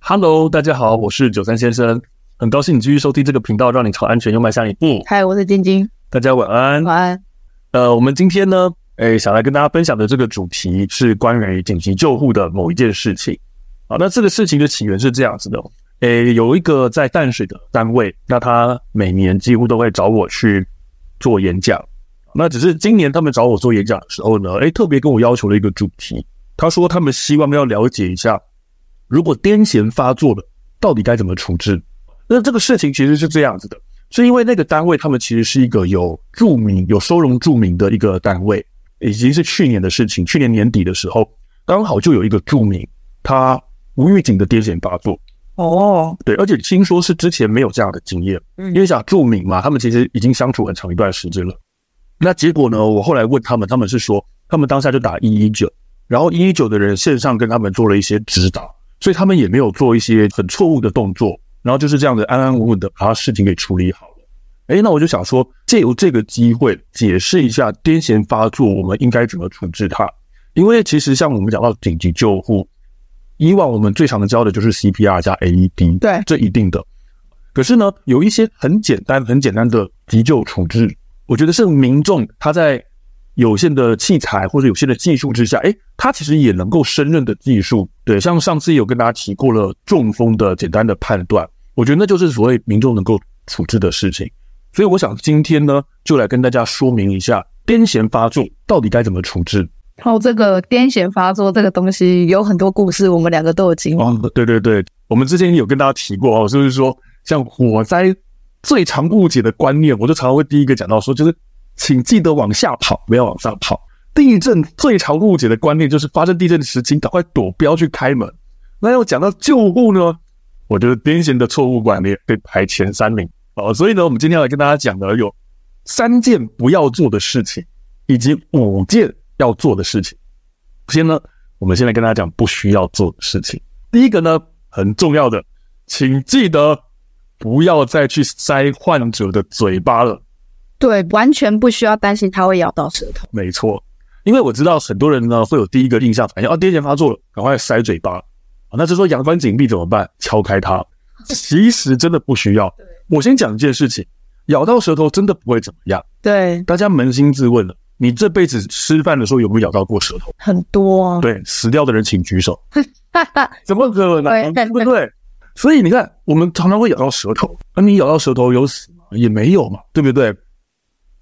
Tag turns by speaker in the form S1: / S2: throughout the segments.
S1: Hello，大家好，我是九三先生，很高兴你继续收听这个频道，让你朝安全又迈向一步。
S2: 嗨，我是晶晶，
S1: 大家晚安。
S2: 晚安。
S1: 呃，我们今天呢，诶，想来跟大家分享的这个主题是关于紧急救护的某一件事情。啊，那这个事情的起源是这样子的哦，诶，有一个在淡水的单位，那他每年几乎都会找我去做演讲。那只是今年他们找我做演讲的时候呢，诶，特别跟我要求了一个主题，他说他们希望要了解一下，如果癫痫发作了，到底该怎么处置？那这个事情其实是这样子的，是因为那个单位他们其实是一个有著名、有收容著名的一个单位，已经是去年的事情。去年年底的时候，刚好就有一个著名，他无预警的癫痫发作，
S2: 哦，
S1: 对，而且听说是之前没有这样的经验，
S2: 嗯
S1: 因为想著名嘛，他们其实已经相处很长一段时间了。那结果呢，我后来问他们，他们是说他们当下就打一一九，然后一一九的人线上跟他们做了一些指导，所以他们也没有做一些很错误的动作，然后就是这样子安安稳稳的把事情给处理好了。哎，那我就想说，借由这个机会解释一下癫痫发作，我们应该怎么处置它？因为其实像我们讲到紧急救护，以往我们最常教的就是 CPR 加 AED，
S2: 对
S1: 这一定的。可是呢，有一些很简单、很简单的急救处置，我觉得是民众他在有限的器材或者有限的技术之下，诶，他其实也能够胜任的技术。对，像上次有跟大家提过了中风的简单的判断，我觉得那就是所谓民众能够处置的事情。所以我想今天呢，就来跟大家说明一下癫痫发作到底该怎么处置。
S2: 然哦后这个癫痫发作这个东西有很多故事，我们两个都有经历。
S1: 哦，对对对，我们之前有跟大家提过哦，就是说像火灾最常误解的观念，我就常常会第一个讲到说，就是请记得往下跑，不要往上跑。地震最常误解的观念就是发生地震时，请赶快躲，不要去开门。那要讲到救护呢，我觉得癫痫的错误观念被排前三名哦。所以呢，我们今天要来跟大家讲的有三件不要做的事情，以及五件要做的事情。首先呢，我们先来跟大家讲不需要做的事情。第一个呢，很重要的，请记得不要再去塞患者的嘴巴了。
S2: 对，完全不需要担心它会咬到舌头。
S1: 没错，因为我知道很多人呢会有第一个印象反应，哦，癫痫发作了，赶快塞嘴巴。啊，那这时候阳关紧闭怎么办？敲开它。其实真的不需要。我先讲一件事情，咬到舌头真的不会怎么样。
S2: 对，
S1: 大家扪心自问了，你这辈子吃饭的时候有没有咬到过舌头？
S2: 很多、啊。
S1: 对，死掉的人请举手。
S2: 哈哈，
S1: 怎么可能？嗯
S2: 对
S1: 对不对？所以你看，我们常常会咬到舌头， 那你咬到舌头有死吗？也没有嘛，对不对？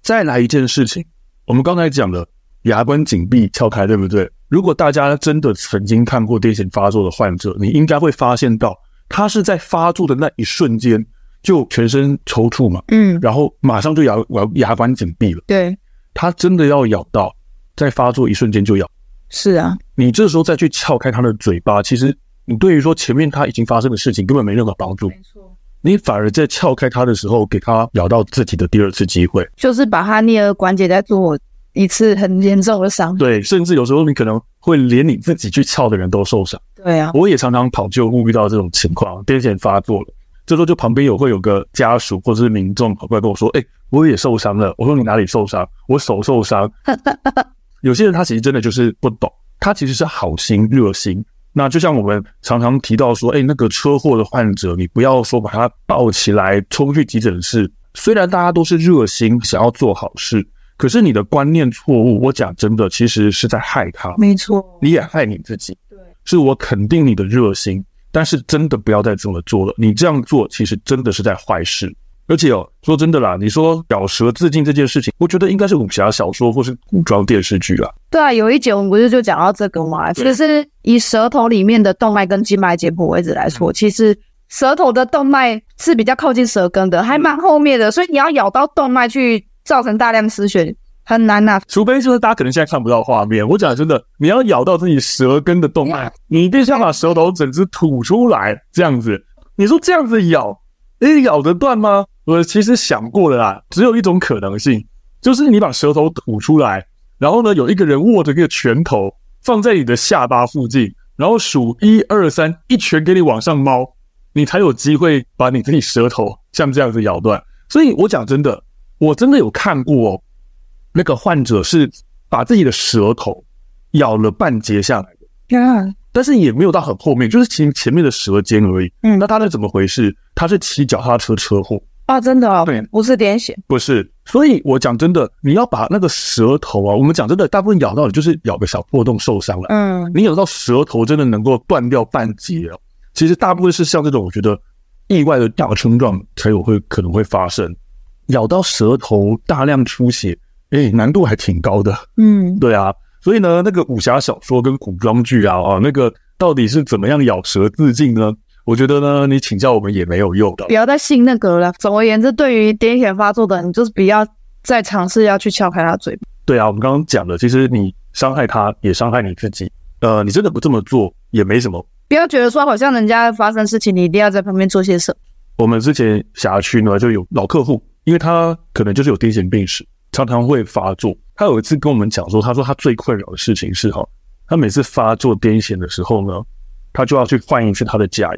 S1: 再来一件事情，我们刚才讲的牙关紧闭撬开，对不对？如果大家真的曾经看过癫痫发作的患者，你应该会发现到，他是在发作的那一瞬间就全身抽搐嘛，
S2: 嗯，
S1: 然后马上就牙牙牙关紧闭了。
S2: 对，
S1: 他真的要咬到，在发作一瞬间就咬。
S2: 是啊，
S1: 你这时候再去撬开他的嘴巴，其实你对于说前面他已经发生的事情根本没任何帮助，
S2: 错，
S1: 你反而在撬开他的时候给他咬到自己的第二次机会。
S2: 就是把它颞颌关节再做一次很严重的伤。
S1: 对，甚至有时候你可能会连你自己去撬的人都受伤。
S2: 对啊，
S1: 我也常常跑救护遇到这种情况，癫痫发作了，这时候就旁边有会有个家属或者是民众跑过来跟我说：“哎、我也受伤了。”我说：“你哪里受伤？我手受伤。” 有些人他其实真的就是不懂，他其实是好心热心。那就像我们常常提到说，哎、那个车祸的患者，你不要说把他抱起来冲去急诊室。虽然大家都是热心，想要做好事，可是你的观念错误，我讲真的，其实是在害他，
S2: 没错。
S1: 你也害你自己。
S2: 对，
S1: 是我肯定你的热心，但是真的不要再这么做了。你这样做其实真的是在坏事。而且哦，说真的啦，你说咬舌自尽这件事情，我觉得应该是武侠小说或是古装电视剧啦。
S2: 对啊，有一节我们不是就讲到这个嘛，
S1: 对
S2: 就是以舌头里面的动脉跟静脉解剖位置来说，其实舌头的动脉是比较靠近舌根的，还蛮后面的，所以你要咬到动脉去造成大量失血很难啊呐、
S1: 除非就是大家可能现在看不到画面，我讲真的，你要咬到自己舌根的动脉，你必须要把舌头整只吐出来，这样子。你说这样子咬，你咬得断吗？我其实想过了啦，只有一种可能性，就是你把舌头吐出来，然后呢，有一个人握着一个拳头放在你的下巴附近，然后数一二三，一拳给你往上猫，你才有机会把你自己舌头像这样子咬断。所以我讲真的，我真的有看过哦，那个患者是把自己的舌头咬了半截下来的，
S2: 啊。
S1: 但是也没有到很后面，就是前前面的舌尖而已。
S2: 嗯
S1: 那他是怎么回事？他是骑脚踏车车祸，
S2: 啊，真的哦
S1: 对，
S2: 不是癫痫，
S1: 不是？所以我讲真的，你要把那个舌头啊，我们讲真的，大部分咬到你就是咬个小破洞受伤了。
S2: 嗯，
S1: 你咬到舌头真的能够断掉半截哦。其实大部分是像这种，我觉得意外的大冲撞才有会可能会发生，咬到舌头大量出血，哎，难度还挺高的。
S2: 嗯，
S1: 对啊，所以呢，那个武侠小说跟古装剧啊，啊，那个到底是怎么样咬舌自尽呢？我觉得呢，你请教我们也没有用的
S2: 不。要再信那个了。总而言之，对于癫痫发作的人，你就是不要再尝试要去撬开他嘴巴。
S1: 对啊，我们刚刚讲的，其实你伤害他，也伤害你自己。呃，你真的不这么做也没什么。
S2: 不要觉得说好像人家发生事情，你一定要在旁边做些什么。
S1: 我们之前辖区呢就有老客户，因为他可能就是有癫痫病史，常常会发作。他有一次跟我们讲说，他说他最困扰的事情是哈，他每次发作癫痫的时候呢，他就要去换一次他的假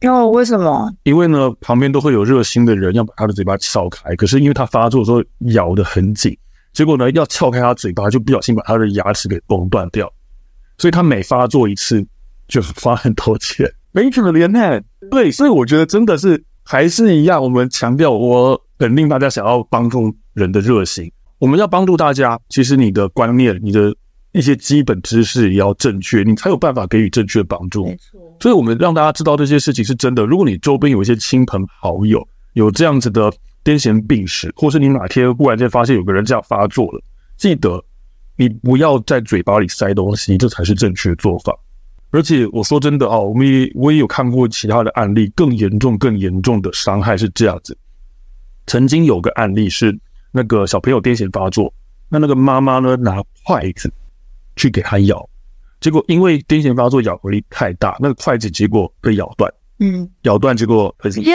S1: 牙，
S2: 哦，为什么？
S1: 因为呢旁边都会有热心的人要把他的嘴巴撬开，可是因为他发作的时候咬得很紧，结果呢要撬开他嘴巴就不小心把他的牙齿给崩断掉，所以他每发作一次就花很多钱，没可怜呢。对，所以我觉得真的是还是一样，我们强调我肯定大家想要帮助人的热心，我们要帮助大家，其实你的观念、你的一些基本知识也要正确，你才有办法给予正确的帮助。
S2: 错，
S1: 所以我们让大家知道这些事情是真的。如果你周边有一些亲朋好友有这样子的癫痫病史，或是你哪天忽然间发现有个人这样发作了，记得你不要在嘴巴里塞东西，这才是正确的做法。而且我说真的哦，我们也我也有看过其他的案例，更严重、更严重的伤害是这样子。曾经有个案例是那个小朋友癫痫发作，那那个妈妈呢拿筷子去给他咬，结果因为癫痫发作咬合力太大，那个筷子结果被咬断，
S2: 嗯，
S1: 咬断结果很
S2: 耶，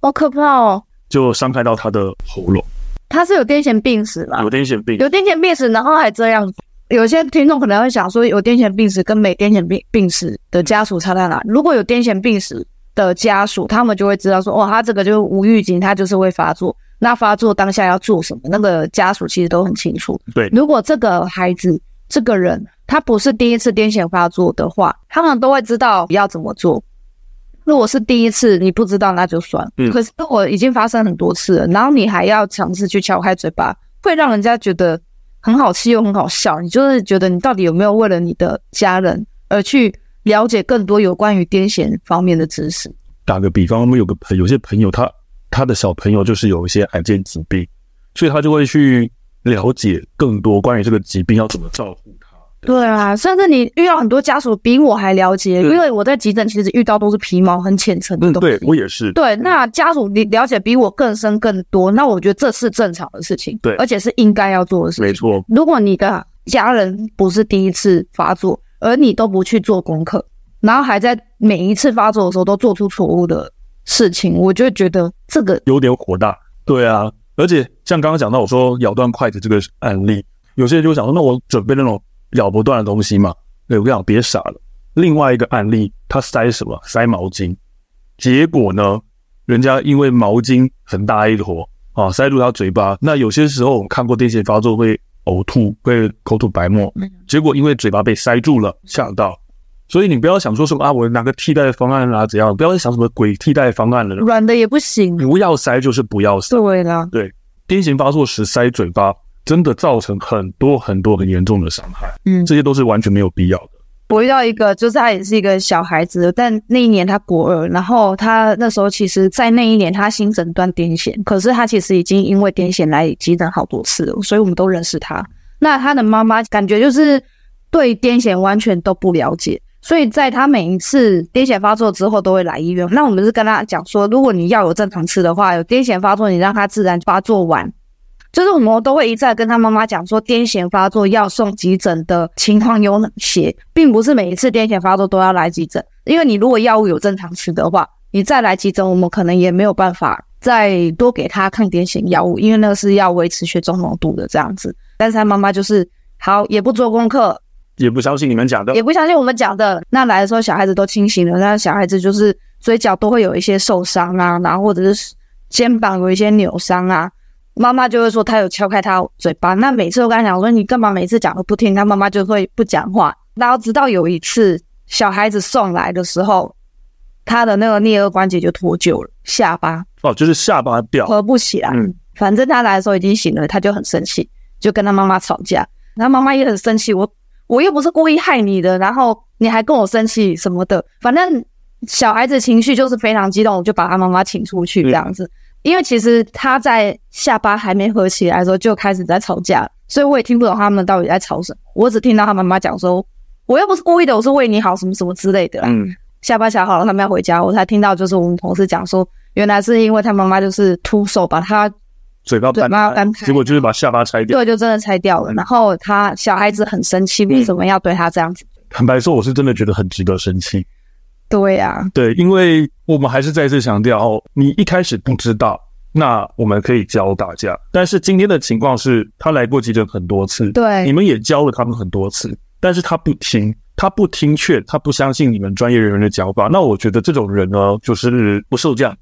S2: 好可怕哦！
S1: 就伤害到他的喉咙，
S2: 他是有癫痫病史吧？
S1: 有癫痫病。
S2: 有癫痫病史，然后还这样。有些听众可能会想说，有癫痫病史跟没癫痫病病史的家属差在哪？如果有癫痫病史的家属，他们就会知道说，哦，他这个就是无预警，他就是会发作。那发作当下要做什么？那个家属其实都很清楚。
S1: 对
S2: 如果这个孩子这个人他不是第一次癫痫发作的话，他们都会知道要怎么做。如果是第一次你不知道那就算了，
S1: 嗯
S2: 可是如果已经发生很多次了，然后你还要尝试去撬开嘴巴，会让人家觉得很好气又很好笑。你就是觉得你到底有没有为了你的家人而去了解更多有关于癫痫方面的知识？
S1: 打个比方，我们有个朋有些朋友他他的小朋友就是有一些罕见疾病，所以他就会去了解更多关于这个疾病要怎么照顾他。
S2: 对啊，甚至你遇到很多家属比我还了解，因为我在急诊其实遇到都是皮毛很浅层的
S1: 嗯，
S2: 东西。
S1: 对我也是。
S2: 对，那家属你了解比我更深更多，那我觉得这是正常的事情，
S1: 对
S2: 而且是应该要做的事情。
S1: 没错，
S2: 如果你的家人不是第一次发作，而你都不去做功课，然后还在每一次发作的时候都做出错误的事情，我就会觉得这个
S1: 有点火大。对啊，而且像刚刚讲到我说咬断筷子这个案例，有些人就会想说，那我准备那种咬不断的东西嘛？对我跟你讲，别傻了。另外一个案例，他塞什么？塞毛巾，结果呢，人家因为毛巾很大一坨啊，塞住他嘴巴。那有些时候我们看过癫痫发作会呕吐，会口吐白沫，结果因为嘴巴被塞住了，呛到。所以你不要想说什么啊，我拿个替代方案啊，怎样？不要再想什么鬼替代方案了，
S2: 软的也不行。
S1: 不要塞就是不要塞。
S2: 对啦，
S1: 癫痫发作时塞嘴巴，真的造成很多很多很严重的伤害，
S2: 嗯，
S1: 这些都是完全没有必要的。
S2: 我遇到一个，就是他也是一个小孩子，但那一年他国二，然后他那时候其实，在那一年他新诊断癫痫，可是他其实已经因为癫痫来急诊好多次了，所以我们都认识他。那他的妈妈感觉就是对癫痫完全都不了解，所以在他每一次癫痫发作之后都会来医院。那我们是跟他讲说，如果你药有正常吃的话，有癫痫发作，你让他自然发作完，就是我们都会一再跟他妈妈讲说，癫痫发作要送急诊的情况有哪些，并不是每一次癫痫发作都要来急诊，因为你如果药物有正常吃的话，你再来急诊，我们可能也没有办法再多给他抗癫痫药物，因为那个是要维持血中浓度的这样子。但是他妈妈就是好，也不做功课，
S1: 也不相信你们讲的
S2: 也，不相信我们讲的。那来的时候，小孩子都清醒了，那小孩子就是嘴角都会有一些受伤啊，然后或者是肩膀有一些扭伤啊。妈妈就会说他有敲开他嘴巴，那每次我跟他讲说你干嘛每次讲都不听，他妈妈就会不讲话，然后直到有一次小孩子送来的时候，他的那个颞颌关节就脱臼了，下巴
S1: 哦，就是下巴掉，
S2: 合不起来。
S1: 嗯
S2: 反正他来的时候已经醒了，他就很生气，就跟他妈妈吵架。然后妈妈也很生气，我我又不是故意害你的，然后你还跟我生气什么的。反正小孩子情绪就是非常激动，我就把他妈妈请
S1: 嗯
S2: 出去这样子。因为其实他在下巴还没合起来的时候就开始在吵架了，所以我也听不懂他们到底在吵什么。我只听到他妈妈讲说：“我又不是故意的，我是为你好，什么什么之类的啦。”
S1: 嗯，
S2: 下班想好了，他们要回家，我才听到就是我们同事讲说，原来是因为他妈妈就是徒手把他
S1: 嘴巴
S2: 嘴巴
S1: 半
S2: 掰
S1: 开，结果就是把下巴拆掉。
S2: 对就真的拆掉
S1: 嗯
S2: 了，然后他小孩子很生气，为什么要对他这样子？
S1: 坦白说，我是真的觉得很值得生气。
S2: 对啊呀、
S1: 对，因为我们还是再次强调哦，你一开始不知道，那我们可以教大家。但是今天的情况是，他来过急诊很多次，你
S2: 对
S1: 们也教了他们很多次，但是他不听，他不听劝，他不相信你们专业人员的讲法。那我觉得这种人呢，就是不受教。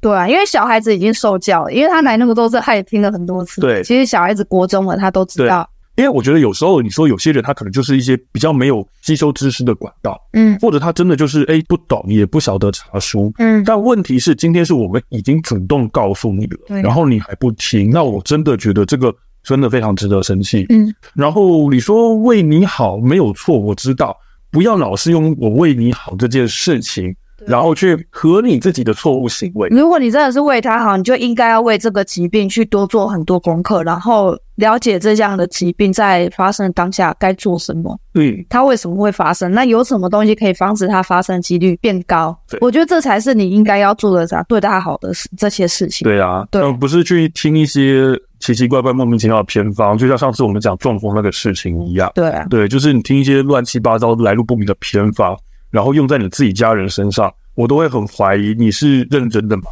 S2: 对啊，因为小孩子已经受教了，因为他来那么多次，他也听了很多次。
S1: 对
S2: 其实小孩子国中了，他都知道。
S1: 因为我觉得有时候你说有些人他可能就是一些比较没有吸收知识的管道，
S2: 嗯
S1: 或者他真的就是哎不懂也不晓得查书，
S2: 嗯，
S1: 但问题是，今天是我们已经主动告诉你了，
S2: 对
S1: 然后你还不听，那我真的觉得这个真的非常值得生气。
S2: 嗯，
S1: 然后你说为你好没有错，我知道，不要老是用我为你好这件事情，
S2: 对
S1: 然后去和你自己的错误行为。
S2: 如果你真的是为他好，你就应该要为这个疾病去多做很多功课，然后了解这样的疾病在发生的当下该做什么。
S1: 嗯，
S2: 它为什么会发生？那有什么东西可以防止它发生几率变高
S1: 对？
S2: 我觉得这才是你应该要做的啥，对大家好的事这些事情。
S1: 对啊，
S2: 对
S1: 呃不是去听一些奇奇怪怪、莫名其妙的偏方，就像上次我们讲中风那个事情一样。
S2: 对啊，
S1: 对，就是你听一些乱七八糟、来路不明的偏方，然后用在你自己家人身上，我都会很怀疑你是认真的吗？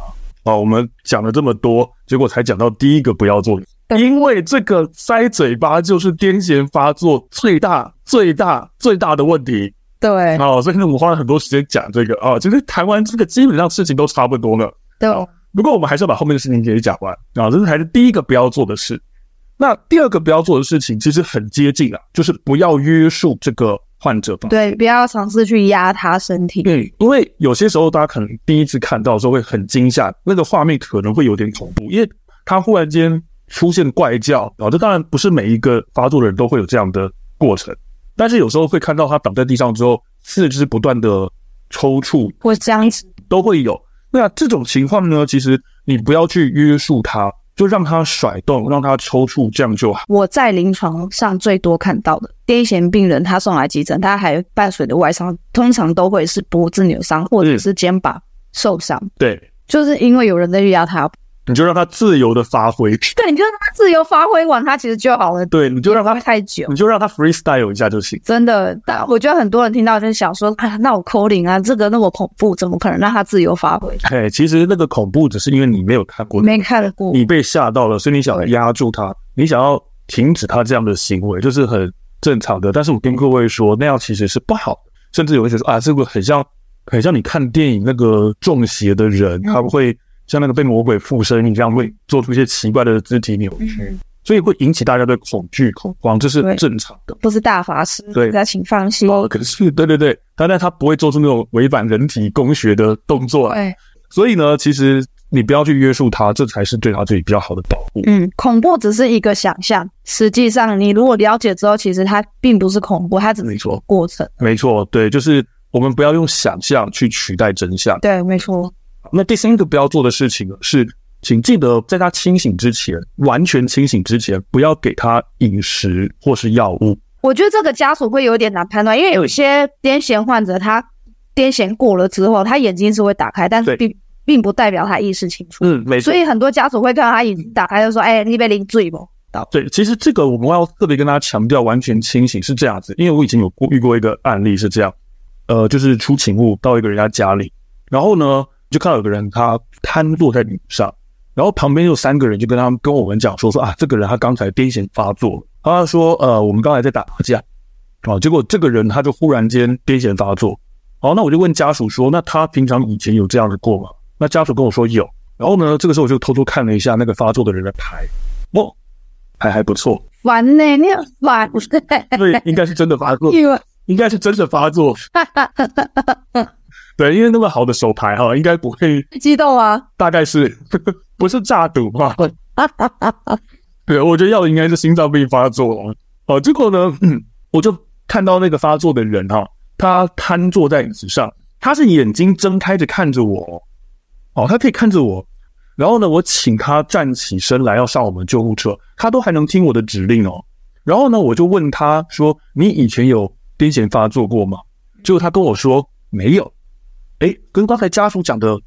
S1: 啊，我们讲了这么多，结果才讲到第一个不要做，
S2: 对
S1: 因为这个塞嘴巴就是癫痫发作最大、最大、最大的问题。
S2: 对
S1: 啊，所以呢，我们花了很多时间讲这个啊，其实谈完这个，基本上事情都差不多了。
S2: 对
S1: 不过我们还是要把后面的事情给讲完啊，这才是第一个不要做的事。那第二个不要做的事情其实很接近啊，就是不要约束这个患者吧。
S2: 对，不要尝试去压他身体。
S1: 对，因为有些时候大家可能第一次看到的时候会很惊吓，那个画面可能会有点恐怖，因为他忽然间出现怪叫啊，这当然不是每一个发作的人都会有这样的过程，但是有时候会看到他倒在地上之后，四肢不断的抽搐，
S2: 或这样子，
S1: 都会有。那这种情况呢，其实你不要去约束他，就让他甩动，让他抽搐，这样就好。
S2: 我在临床上最多看到的癫痫病人，他送来急诊，他还伴随的外伤，通常都会是脖子扭伤或者是肩膀受伤，
S1: 对，
S2: 就是因为有人在去压他。
S1: 你就让他自由的发挥，
S2: 对，你就让他自由发挥完，他其实就好了。
S1: 对，你就让
S2: 不
S1: 他
S2: 会，太久。
S1: 你就让他 freestyle 一下就行。
S2: 真的，但我觉得很多人听到就想说，啊，那我扣零啊，这个那么恐怖，怎么可能让他自由发挥？
S1: 嘿，哎其实那个恐怖只是因为你没有看过，
S2: 没看过，
S1: 你被吓到了，所以你想压住他，你想要停止他这样的行为，就是很正常的。但是我跟各位说，那样其实是不好的，甚至有一些说啊，这个很像很像你看电影那个中邪的人，
S2: 嗯
S1: 他会像那个被魔鬼附身一样，会做出一些奇怪的肢体扭曲，所以会引起大家对恐惧恐慌，这是
S2: 嗯对
S1: 正常的。
S2: 不是大法师，
S1: 对
S2: 大家请放心。
S1: 哦，可是对对对，但但他不会做出那种违反人体工学的动作啊，
S2: 对，
S1: 所以呢，其实你不要去约束他，这才是对他自己比较好的保护。
S2: 嗯，恐怖只是一个想象，实际上你如果了解之后，其实它并不是恐怖，它只是
S1: 没
S2: 一
S1: 错
S2: 个。过程。
S1: 没错，对，就是我们不要用想象去取代真相。
S2: 对，没错，
S1: 那第三个不要做的事情呢是，请记得在他清醒之前，完全清醒之前，不要给他饮食或是药物。
S2: 我觉得这个家属会有点难判断，因为有些癫痫患者他癫痫过了之后，他眼睛是会打开，但
S1: 对
S2: 是并并不代表他意识清楚。
S1: 嗯，没
S2: 所以很多家属会看到他眼睛打开，就说：“哎、你被淋醉不？”
S1: 对，其实这个我们要特别跟大家强调，完全清醒是这样子，因为我以前有过遇过一个案例是这样，呃，就是出勤务到一个人家家里，然后呢就看到有个人他瘫坐在椅上，然后旁边有三个人就跟他们跟我们讲说说啊，这个人他刚才癫痫发作了，他说呃我们刚才在打麻将，啊，结果这个人他就忽然间癫痫发作，好，那我就问家属说，那他平常以前有这样的过吗？那家属跟我说有，然后呢这个时候我就偷偷看了一下那个发作的人的牌，哦。牌还不错，
S2: 玩呢、你很烦，
S1: 对，应该是真的发作。
S2: 因为
S1: 应该是真的发作。对，因为那么好的手牌哈，应该不会，
S2: 激 动啊！
S1: 大概是不是诈赌嘛？对，我觉得要的应该是心脏病发作了。哦，结果呢，嗯，我就看到那个发作的人哈、他瘫坐在椅子上，他是眼睛睁开着看着我，哦，他可以看着我。然后呢，我请他站起身来要上我们救护车，他都还能听我的指令哦。然后呢，我就问他说：“你以前有癫痫发作过吗？”结果他跟我说没有。哎，跟刚才家属讲的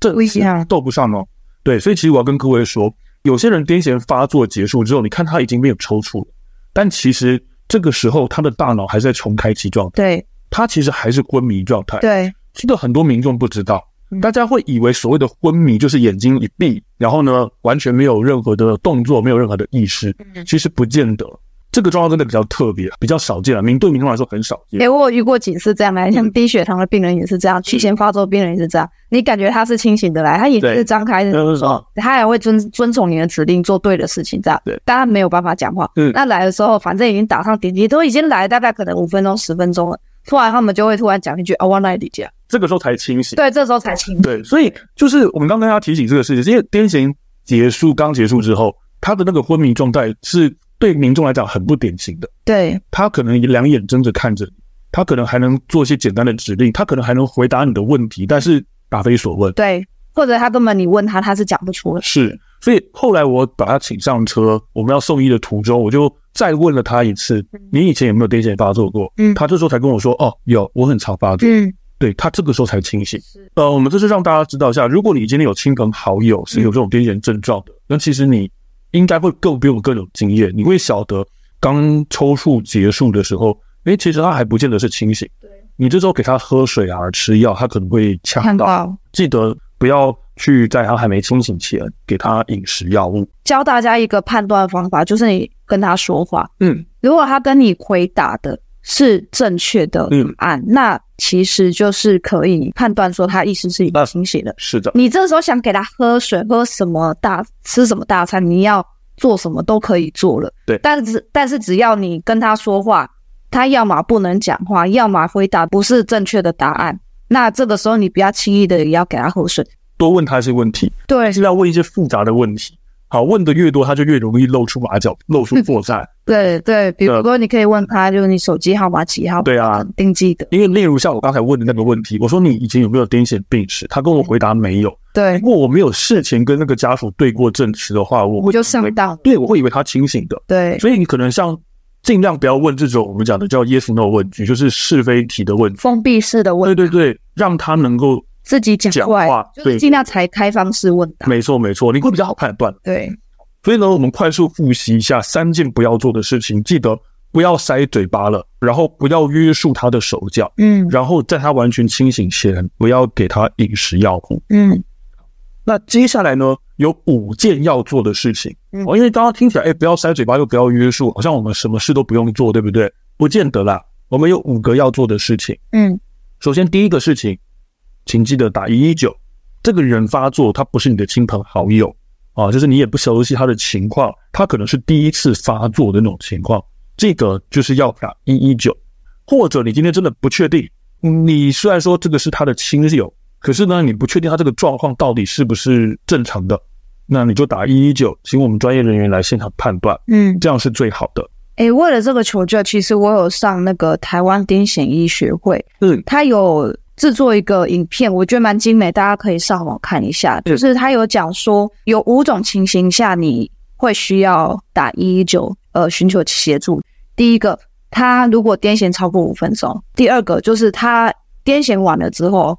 S1: 这
S2: 不一样
S1: 斗不上哦。对，所以其实我要跟各位说，有些人癫痫发作结束之后，你看他已经没有抽搐了，但其实这个时候他的大脑还在重开启状态，
S2: 对
S1: 他其实还是昏迷状态。
S2: 对，
S1: 这个很多民众不知道，大家会以为所谓的昏迷就是眼睛一闭，然后呢完全没有任何的动作，没有任何的意识。其实不见得，这个状况真的比较特别，比较少见了，民对民众来说很少见。
S2: 诶、哎我有遇过几次这样来，像低血糖的病人也是这样，提前发作病人也是这样。你感觉他是清醒的来，他眼睛
S1: 对
S2: 是张开的，
S1: 就是说，
S2: 他还会遵遵从你的指令，做对的事情，这样。
S1: 对，
S2: 但他没有办法讲话。
S1: 嗯
S2: 那来的时候，反正已经打上点滴，都已经来大概可能五分钟、十分钟了，突然他们就会突然讲一句“啊，我来理解
S1: 这个时候才清”，醒。
S2: 对，这时候才清。
S1: 对，所以就是我们刚跟大家提醒这个事情，因为癫痫结束刚结束之后，他的那个昏迷状态是对民众来讲很不典型的。
S2: 对
S1: 他可能两眼睁着看着你，他可能还能做一些简单的指令，他可能还能回答你的问题，但是答非所问。
S2: 对，或者他根本你问他，他是讲不出的。
S1: 是，所以后来我把他请上车，我们要送医的途中，我就再问了他一次：“你以前有没有癫痫发作过？”
S2: 嗯
S1: 他这时候才跟我说：“哦，有，我很常发作。”
S2: 嗯，
S1: 对他这个时候才清醒
S2: 是。
S1: 呃，我们这是让大家知道一下，如果你今天有亲朋好友是有这种癫痫症状的，那其实你应该会更比我们更有经验，你会晓得刚抽搐结束的时候，诶，其实他还不见得是清醒。
S2: 对，
S1: 你这时候给他喝水啊、吃药，他可能会呛
S2: 看
S1: 到。
S2: 到。
S1: 记得不要去在他还没清醒前给他饮食药物。
S2: 教大家一个判断方法，就是你跟他说话，
S1: 嗯，
S2: 如果他跟你回答的是正确的
S1: 嗯
S2: 答案，那其实就是可以判断说他意识是已经清醒的。
S1: 是的，
S2: 你这时候想给他喝水、喝什么大、吃什么大餐，你要做什么都可以做了。
S1: 对
S2: 但是但是只要你跟他说话，他要么不能讲话，要么回答不是正确的答案，那这个时候你不要轻易的也要给他喝水。
S1: 多问他一些问题，
S2: 对
S1: 是要问一些复杂的问题。好，问的越多，他就越容易露出马脚，露出破绽。
S2: 对对，比如
S1: 呃
S2: 说你可以问他，就是你手机号码几号，
S1: 对啊，
S2: 定记得。
S1: 因为例如像我刚才问的那个问题，我说你以前有没有癫痫病史？他跟我回答没有。哎
S2: 对
S1: 如，果我没有事前跟那个家属对过证词的话，我
S2: 我
S1: 会
S2: 就上当了。
S1: 对我会以为他清醒的。
S2: 对，
S1: 所以你可能像尽量不要问这种我们讲的叫 yes no 问句，就是是非题的问句。
S2: 封闭式的问
S1: 对，对对，让他能够
S2: 自己讲出来
S1: 讲话
S2: 就是
S1: 对
S2: 尽量采开放式问答。
S1: 没错没错，你会比较好判断。
S2: 对，
S1: 所以呢，我们快速复习一下三件不要做的事情，记得不要塞嘴巴了，然后不要约束他的手脚，
S2: 嗯
S1: 然后在他完全清醒前，不要给他饮食药物。
S2: 嗯，
S1: 那接下来呢，有五件要做的事情。
S2: 嗯
S1: 哦，因为刚刚听起来，哎，不要塞嘴巴，又不要约束，好像我们什么事都不用做，对不对？不见得啦，我们有五个要做的事情。
S2: 嗯，
S1: 首先，第一个事情，请记得打一一九。这个人发作，他不是你的亲朋好友啊，就是你也不熟悉他的情况，他可能是第一次发作的那种情况，这个就是要打一一九。或者你今天真的不确定，你虽然说这个是他的亲友，可是呢，你不确定他这个状况到底是不是正常的，那你就打一一九，请我们专业人员来现场判断，
S2: 嗯，
S1: 这样是最好的。
S2: 诶，为了这个求救，其实我有上那个台湾癫痫医学会，
S1: 嗯，
S2: 他有制作一个影片，我觉得蛮精美，大家可以上网看一下。
S1: 嗯
S2: 就是他有讲说，有五种情形下你会需要打一一九，呃，寻求协助。第一个，他如果癫痫超过五分钟；第二个，就是他癫痫完了之后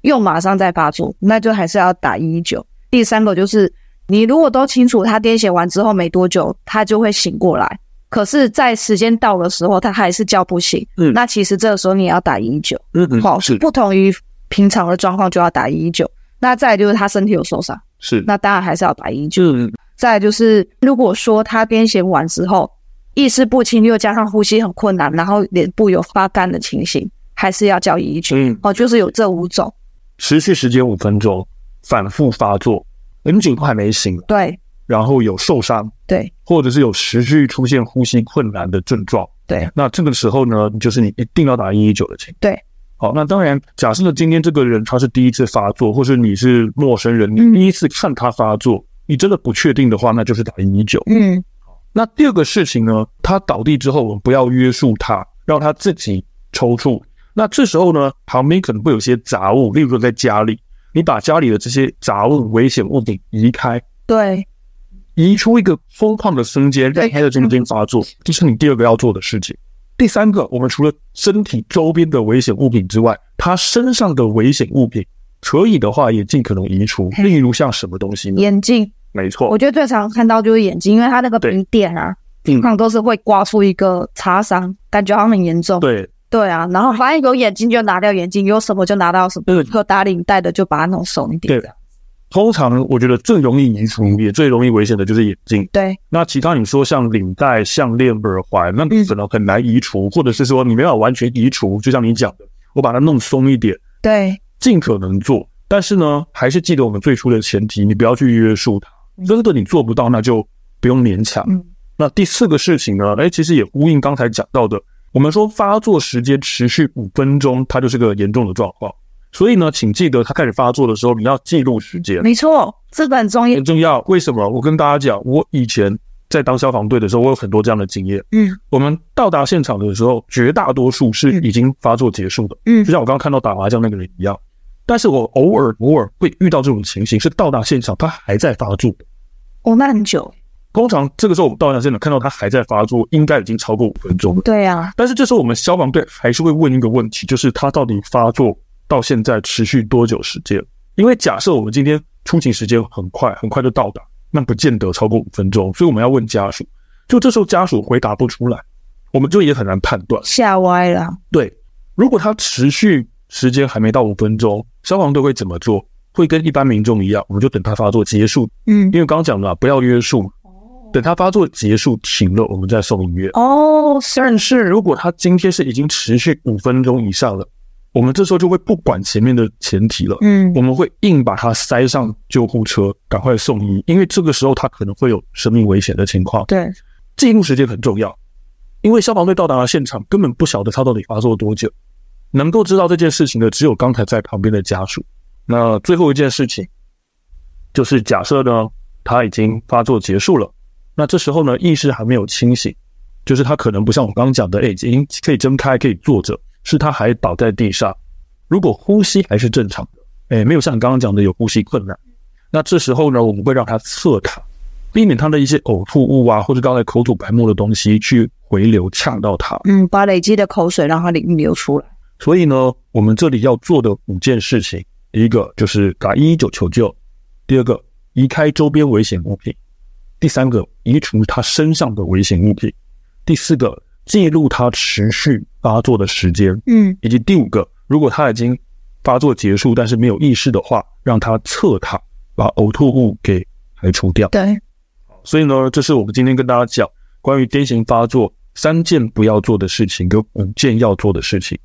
S2: 又马上再发作，那就还是要打一一九。第三个就是，你如果都清楚他癫痫完之后没多久，他就会醒过来。可是，在时间到的时候，他还是叫不醒。
S1: 嗯
S2: 那其实这个时候你也要打一一九。
S1: 嗯嗯
S2: 好，
S1: 是
S2: 不同于平常的状况就要打一一九。那再来就是他身体有受伤，
S1: 是，
S2: 那当然还是要打一一九。
S1: 就是
S2: 再来就是如果说他癫痫完之后意识不清，又加上呼吸很困难，然后脸部有发干的情形，还是要叫一一九。
S1: 嗯，
S2: 哦，就是有这五种。
S1: 持续时间五分钟，反复发作，你们警都还没醒，
S2: 对，
S1: 然后有受伤，
S2: 对
S1: 或者是有持续出现呼吸困难的症状，
S2: 对
S1: 那这个时候呢，就是你一定要打一一九的情。
S2: 对，
S1: 好，那当然，假设今天这个人他是第一次发作，或是你是陌生人，
S2: 嗯
S1: 你第一次看他发作，你真的不确定的话，那就是打一一九。
S2: 嗯
S1: 那第二个事情呢，他倒地之后，我们不要约束他，让他自己抽搐。那这时候呢，旁边可能会有些杂物，例如说在家里，你把家里的这些杂物、危险物品移开，
S2: 对
S1: 移出一个空旷的空间，
S2: 对
S1: 让他的神经发作，这是你第二个要做的事情。第三个，我们除了身体周边的危险物品之外，他身上的危险物品，可以的话也尽可能移除。
S2: 嘿
S1: 例如像什么东西呢？
S2: 眼镜，
S1: 没错
S2: 我，觉得最常看到就是眼睛，因为它那个
S1: 哦对
S2: 皮点啊，
S1: 嗯
S2: 通常都是会刮出一个擦伤，感觉好像很严重。
S1: 对，
S2: 对啊，然后反正有眼镜就拿掉眼镜，有什么就拿到什么
S1: 对，
S2: 有打领带的就把它弄松一点。
S1: 对通常我觉得最容易移除也最容易危险的就是眼镜。
S2: 对
S1: 那其他你说像领带、项链、耳环，那
S2: 嗯
S1: 可能很难移除，或者是说你没办法完全移除。就像你讲的，我把它弄松一点，
S2: 对
S1: 尽可能做，但是呢，还是记得我们最初的前提，你不要去约束他。真的你做不到，那就不用勉强。
S2: 嗯
S1: 那第四个事情呢，哎，其实也呼应刚才讲到的，我们说发作时间持续五分钟，它就是个严重的状况。所以呢，请记得它开始发作的时候，你要记录时间，
S2: 没错，这个很重要
S1: 很。重要。为什么？我跟大家讲，我以前在当消防队的时候，我有很多这样的经验。
S2: 嗯
S1: 我们到达现场的时候，绝大多数是已经发作结束的。
S2: 嗯
S1: 就像我刚刚看到打麻将那个人一样。但是我偶尔偶尔会遇到这种情形，是到达现场他还在发作。
S2: 哦，那很久。
S1: 通常这个时候我们到达现场看到他还在发作，应该已经超过五分钟了。
S2: 对啊，
S1: 但是这时候我们消防队还是会问一个问题，就是他到底发作到现在持续多久时间？因为假设我们今天出勤时间很快，很快就到达，那不见得超过五分钟，所以我们要问家属。就这时候家属回答不出来，我们就也很难判断。
S2: 吓歪了。
S1: 对，如果它持续时间还没到五分钟，消防队会怎么做？会跟一般民众一样，我们就等它发作结束，
S2: 嗯
S1: 因为刚刚讲了、不要约束，等它发作结束停了，我们再送医院。
S2: 哦，是
S1: 但是如果它今天是已经持续五分钟以上了，我们这时候就会不管前面的前提了，
S2: 嗯
S1: 我们会硬把它塞上救护车，赶快送医，因为这个时候它可能会有生命危险的情况。
S2: 对
S1: 记录时间很重要，因为消防队到达了现场，根本不晓得他到底发作多久。能够知道这件事情的，只有刚才在旁边的家属。那最后一件事情，就是假设呢，他已经发作结束了，那这时候呢，意识还没有清醒，就是他可能不像我刚刚讲的，哎，已经可以睁开，可以坐着，是他还倒在地上。如果呼吸还是正常的，哎，没有像你刚刚讲的有呼吸困难，那这时候呢，我们会让他侧躺。避免他的一些呕吐物啊，或者刚才口吐白沫的东西去回流呛到他。
S2: 嗯，把累积的口水让它流流出来。
S1: 所以呢，我们这里要做的五件事情，第一个就是打一一九求救，第二个移开周边危险物品，第三个移除他身上的危险物品，第四个记录他持续发作的时间，
S2: 嗯
S1: 以及第五个，如果他已经发作结束但是没有意识的话，让他侧躺把呕吐物给排除掉。
S2: 对，
S1: 所以呢，这是我们今天跟大家讲关于癫痫发作三件不要做的事情跟五件要做的事情。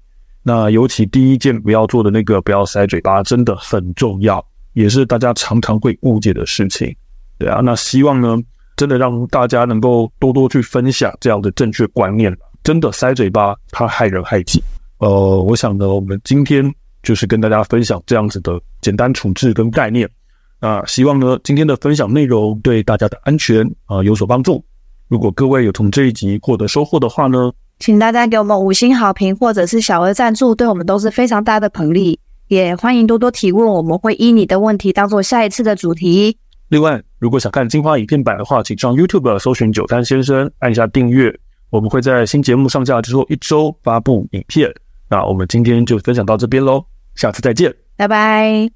S1: 那尤其第一件不要做的那个，不要塞嘴巴，真的很重要，也是大家常常会误解的事情。对啊，那希望呢，真的让大家能够多多去分享这样的正确观念。真的塞嘴巴，它害人害己。呃，我想呢，我们今天就是跟大家分享这样子的简单处置跟概念。那希望呢，今天的分享内容对大家的安全啊、有所帮助。如果各位有从这一集获得收获的话呢，
S2: 请大家给我们五星好评或者是小额赞助，对我们都是非常大的捧励。也欢迎多多提问，我们会依你的问题当做下一次的主题。
S1: 另外如果想看精华影片版的话，请上 YouTube 搜寻“九丹先生”，按下订阅。我们会在新节目上架之后一周发布影片。那我们今天就分享到这边喽，下次再见。
S2: 拜拜。